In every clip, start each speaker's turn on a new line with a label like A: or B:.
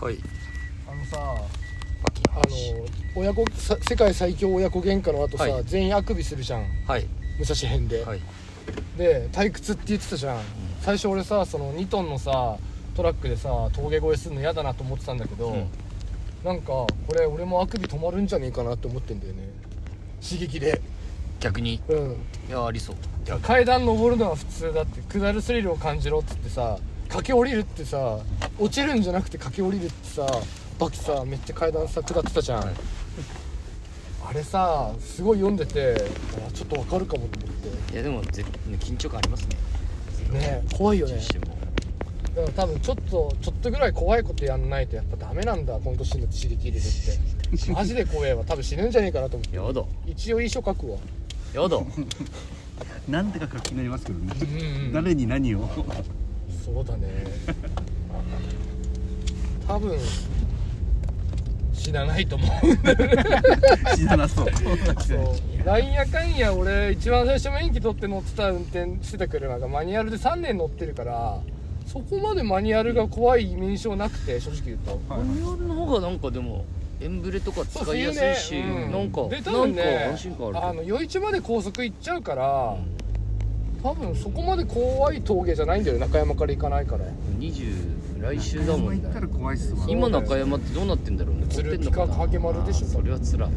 A: はい
B: あのさ
A: パキン
B: あ
A: 話
B: の親子さ世界最強親子喧嘩の後さ、
A: はい
B: 全員あくびするじゃん
A: はい
B: 武蔵編で、
A: はい
B: で退屈って言ってたじゃん最初俺さその2トンのさトラックでさ峠越えするの嫌だなと思ってたんだけど、
A: うん
B: なんかこれ俺もあくび止まるんじゃねえかなって思ってんだよね刺激で
A: 逆にい
B: うん
A: やありそう
B: いや階段登るのは普通だって下るスリルを感じろっつってさ駆け下りるってさ落ちるんじゃなくて駆け下りるってさバキさめっちゃ階段さ下ってたじゃん、
A: はい
B: あれさすごい読んでてあちょっとわかるかもって思
A: いやでもぜ緊張感ありますね
B: ってね怖いよね
A: にしても
B: だから多分ちょっとちょっとぐらい怖いことやんないとやっぱダメなんだこの年になって刺激入れる ってマジで怖えわ多分死ぬんじゃねえかなと思って
A: やだ
B: 一応遺書書くわ
A: やだ
C: なんてか書きになりますけどね
B: ん
C: 誰に何 を
B: そうだね 多分死なないと思う
C: 死ななそう
B: そうなんやかんや俺一番最初免許取って乗ってた運転してた車がマニュアルで3年乗ってるからそこまでマニュアルが怖い印象なくて正直言うと
C: はい
A: マニュアルの方がなんかでもエンブレとか使いやすいし、
B: そう
C: うん
A: なんか、
B: で多
A: なん
B: 分
A: か
B: ね
A: 安心感あ
B: あ
A: る
B: の余市まで高速行っちゃうから多分そこまで怖い峠じゃないんだよ中山から行かないから
A: 20来週だもん
C: 行
A: ね
C: ったら怖いっすわ
A: 今中山ってどうなってんだろうね
B: 鶴
A: 凍ってんのかな
B: ピカ影丸でしょ
A: あーそれはつらい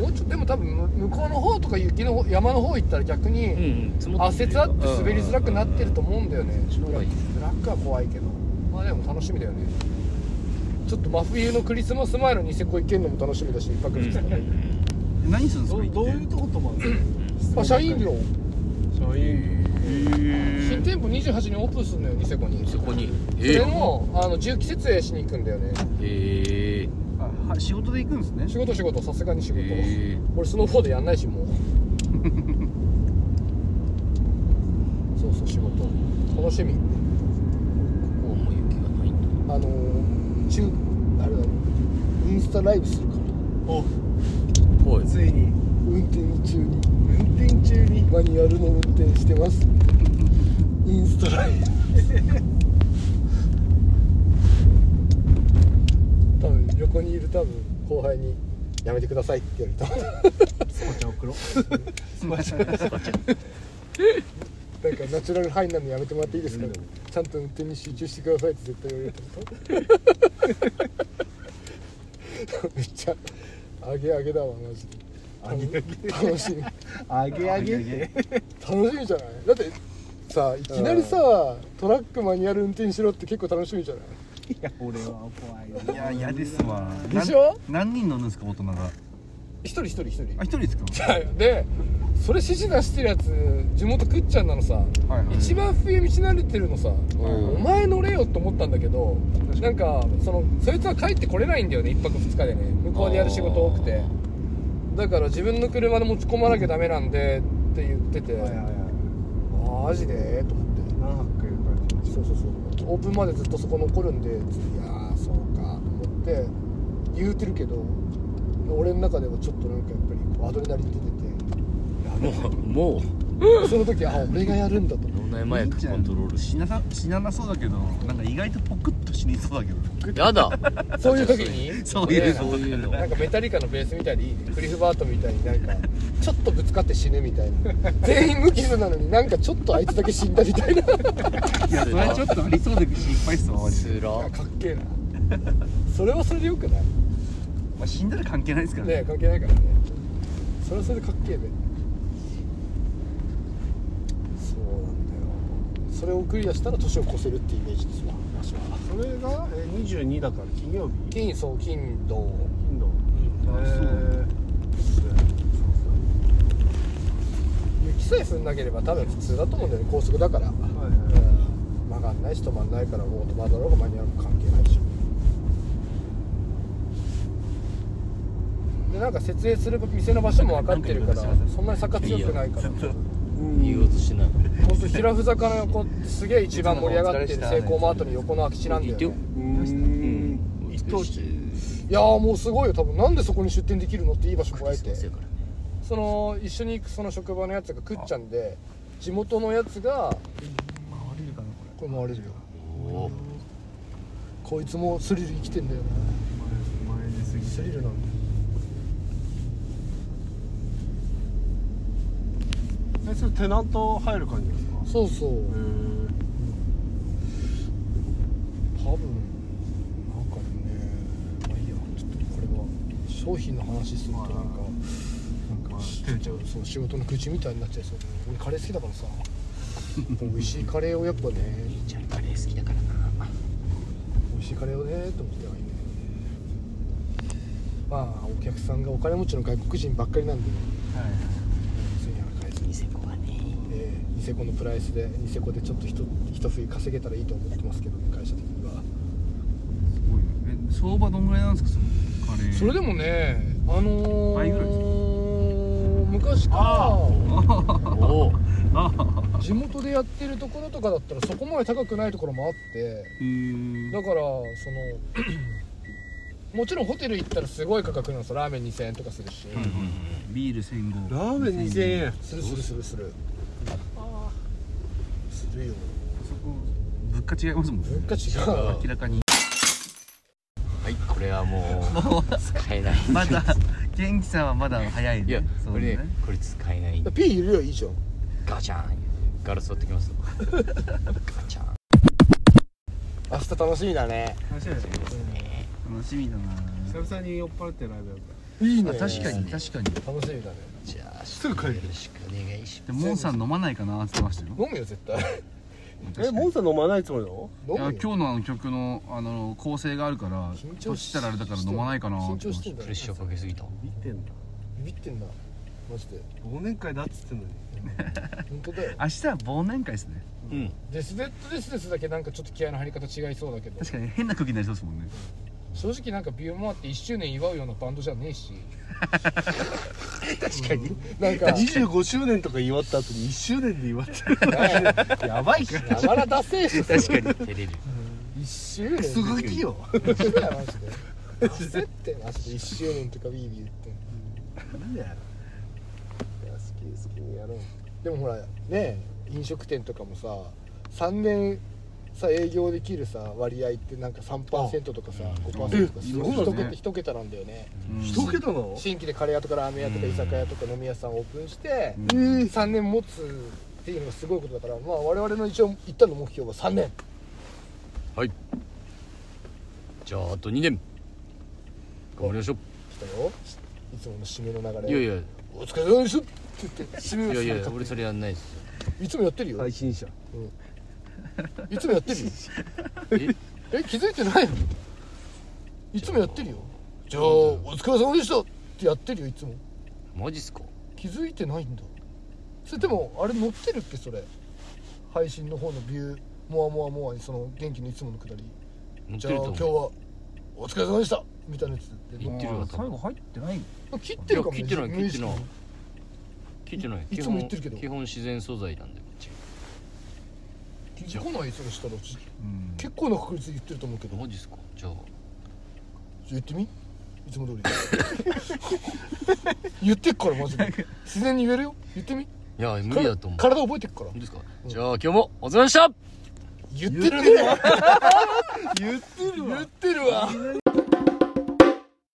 B: もうちょっとでも多分向こうの方とか雪の方山の方行ったら逆に、
A: うんうん積も
B: 圧
A: る
B: 雪あって滑りづらくなってると思うんだよね
A: んうんうんうん
B: ブラックは怖いけどまあでも楽しみだよねちょっと真冬のクリスマス前のニセコ行けるのも楽しみだし一泊
A: うんうん
B: 二日
A: うん
C: 何するんです
D: ど
C: か
D: どういうとこ泊まる
B: あ社員寮
D: のそういう
B: 新店舗28にオープンするのよニセコに
A: そこに
B: それもあの重機設営しに行くんだよね
A: えー、え
C: あは仕事で行くんですね
B: 仕事仕事さすがに仕事、
A: え
B: 俺スノーボードやんないし もうそうそう仕事楽しみ
A: ここはもう雪がないんだ
B: あのー、中あれだろインスタライブするから
D: お
A: はい
D: ついに
B: 運転中に
D: 運転中に
B: マニュアルの運転してますインスタライブ多分横にいる多分後輩に「やめてください」って言われた
D: スパちゃん送ろう
B: なんかナチュラルハイになるのやめてもらっていいですか、ちゃんと運転に集中してくださいって絶対言われためっちゃあげあげだわマジであげ楽しみ
D: あげあげって
B: 楽しみじゃないだってさいきなりさトラックマニュアル運転しろって結構楽しみじゃない
D: いや俺は怖いよ
C: いや嫌ですわ
B: でしょ
C: なん何人乗るんですか大人があ
B: 一人一人一人
C: 一人ですか
B: でそれ指示出してるやつ地元くっちゃんなのさ、
C: はいはい
B: 一番冬道慣れてるのさ、お前乗れよと思ったんだけどなんかそのそいつは帰ってこれないんだよね1泊2日でね向こうでやる仕事多くてだから自分の車で持ち込まなきゃダメなんでって言ってて、
D: はいはいはい
B: マジでと思って
D: 何泊かいう感じ
B: そうそうそうオープンまでずっとそこ残るんでいやーそうかと思って言うてるけど俺の中ではちょっとなんかやっぱりこうアドレナリン出て
A: もうもう
B: てその時あ俺がやるんだと
A: 脳内麻薬コントロールし
C: 死なさ死ななそうだけどなんか意外とポクッと死にそうだけど
A: やだ
B: そういう時に
C: そういう
A: そういうの
B: なんかメタリカのベースみたいでいいねクリフバートみたいになんかちょっとぶつかって死ぬみたいな全員無傷なのになんかちょっとあいつだけ死んだみた いなかっ
C: いやそれちょっとありそうで心配っすわマジで、
A: つら
B: けえなそれはそれでよくない
C: まあ、死んだら関係ないですから
B: ね
C: ね
B: 関係ないからねそれはそれでかっけえべそうなんだよそれをクリアしたら年を越せるってイメージですわ私は
D: それがえー22だから金曜日
B: 金そう金土
D: 金土
C: あそう
D: え
B: 雪さえ降んなければ多分普通だと思うんだよね高速だから、
D: ーはい
B: うん曲がんないし止まんないからオートマだろうがマニュアルも関係ないでしょでなんか設営する店の場所も分かってるからそんなに坂強くないから
A: 言おうとしない
B: 本当平ふ坂の横ってすげえ一番盛り上がってるセイコーマートの横の空き地なんだよ、ね、
A: うん一等地
B: いやーもうすごいよ多分なんでそこに出店できるのっていい場所もらえて
A: 先生からね
B: その一緒に行くその職場のやつがくっちゃんで地元のやつが
D: はい回れるかなこ
B: これ回れるよ
A: おお
B: こいつもスリル生きてんだよな
D: 前前で過ぎ
B: スリルなんだよ
D: えそれテナント入る感じですか
B: そうそう
D: へー
B: 多分なんかねまあいいやちょっとこれは商品の話するとなんか
D: ま
B: なんか
D: 照れちゃう
B: そう仕事の口みたいになっちゃいそう俺カレー好きだから さ美味しいカレーをやっぱね
A: ちゃんカレー好きだからな
B: 美味しいカレーをねと思ってはいいねまあお客さんがお金持ちの外国人ばっかりなんで普通に払えず
A: ニセコはね
B: えーニセコのプライスでニセコでちょっとひとひと冬稼げたらいいと思ってますけどね会社的には
C: すごいねえ相場どんぐらいなんですかそのカレー
E: それでもねあのー、
C: 倍ぐらいで
E: 昔
C: す
E: か
A: おお
E: ら地元でやってるところとかだったらそこまで高くないところもあって
C: へー
E: だからその もちろんホテル行ったらすごい価格なんですよラーメン2000円とかするし、
C: うんうんビール戦後
D: ラーメン2000円
B: するするするするするよ
C: そこ物価違いますもんね
B: 文化違う
C: 明らかに
A: はいこれはも う使えない
C: まだ元気さんはまだ早いね
A: いや
C: そ
A: こ
C: う
A: れ
C: ね
A: ねこれ使えない
B: ピー入れりゃいいじゃん
A: ガチャンガラス割ってきますよガチャン
B: 明日楽しみだね
D: 楽しいですね
C: 楽しみだな
D: 久々に酔っ払ってライブやっ
B: いい
C: あ
B: ね
C: 確かに確かに
B: 楽しみだね
A: じゃあ
D: すぐ帰る
A: よろしくお願いします
C: でモンさん飲まないかなって言ってましたよ
E: 飲むよ絶 対
D: たえモンさん飲まないつもりなの
B: 飲
C: いや
B: むよ
C: 今日のあの曲のあの構成があるから
B: 緊張
C: 年
B: し
C: したらあれだから飲まないかな
B: 緊張
C: って言っ
B: してて
C: ま
B: ん
A: プ
B: だ
A: レッシャーかけすぎた
D: 見てんだ
B: ビビってんだマジで
D: 忘年会だっつってんのに
B: 本当だよ
C: した明日は忘年会ですね
A: うん
E: デスデッドデスデスだけなんかちょっと気合の入り方違いそうだけど
C: 確かに変な空気になりそうですもんね
E: 正直なんかビューモアって1周年祝うようなバンドじゃねえし
A: 確かに
B: なんか
D: 25周年とか祝った後に1周年で祝ってるやばいか
B: ながらダセえし
A: 確かに照れる
B: 1周年
D: すごいよ
B: マジで焦ってマジで1周年とかビービー言って
D: なんだ
B: い
D: よ
B: や好き好きにやろうでもほらね飲食店とかもさ3年さ営業できるさ割合ってなんか3%とかさ5%とか
D: え
B: す
D: そう
B: ご
D: ないんだ
B: 一
D: ね
B: 桁一桁なんだよね
C: うん
D: 一桁なの
B: 新規でカレー屋とかラーメン屋とか居酒屋とか飲み屋さんをオープンして
C: うん
B: 3年持つっていうのがすごいことだからまあ我々の一応一旦の目標は3年
A: じゃああと2年頑張りましょ
B: 来たよいつもの締めの流
A: う
B: れ
A: いやいやい
B: お疲れ様でしたって言って締めを
A: やいや
B: する
A: 俺それやんないですよ
B: いつもやってるよ、
D: 配信者
B: いつもやってるよえ気づいてないのいつもやってるよじゃあお疲れ様でしたってやってるよいつも
A: マジっすか
B: 気づいてないんだそれでもあれ載ってるっけそれ配信の方のビューモアモアモアにその元気のいつものくだり
A: 乗っ
B: じ
A: て
B: ゃ
A: る
B: あ
A: と
B: 今日
A: 思う
B: はお疲れ様でしたみたいなやつって
A: 言ってるわ
C: 最後入ってない
B: 切ってるかもね
A: いや切ってない
B: 無意識に
A: 切って聞いてない
B: いつも言ってるけど
A: 基本基本自然素材なんでこっち
B: 気づかないそれしたらち
C: うん
B: 結構な確率で言ってると思うけど
A: マジっすかじゃあ
B: 言ってみいつも通 り言ってっからマジで自然に言えるよ言ってみ
A: いや無理だと思う
B: 体覚えてっから
A: いいですかじゃあ今日もお疲れ様でした
B: 言ってるね
D: 言ってるわ
B: 言ってるわ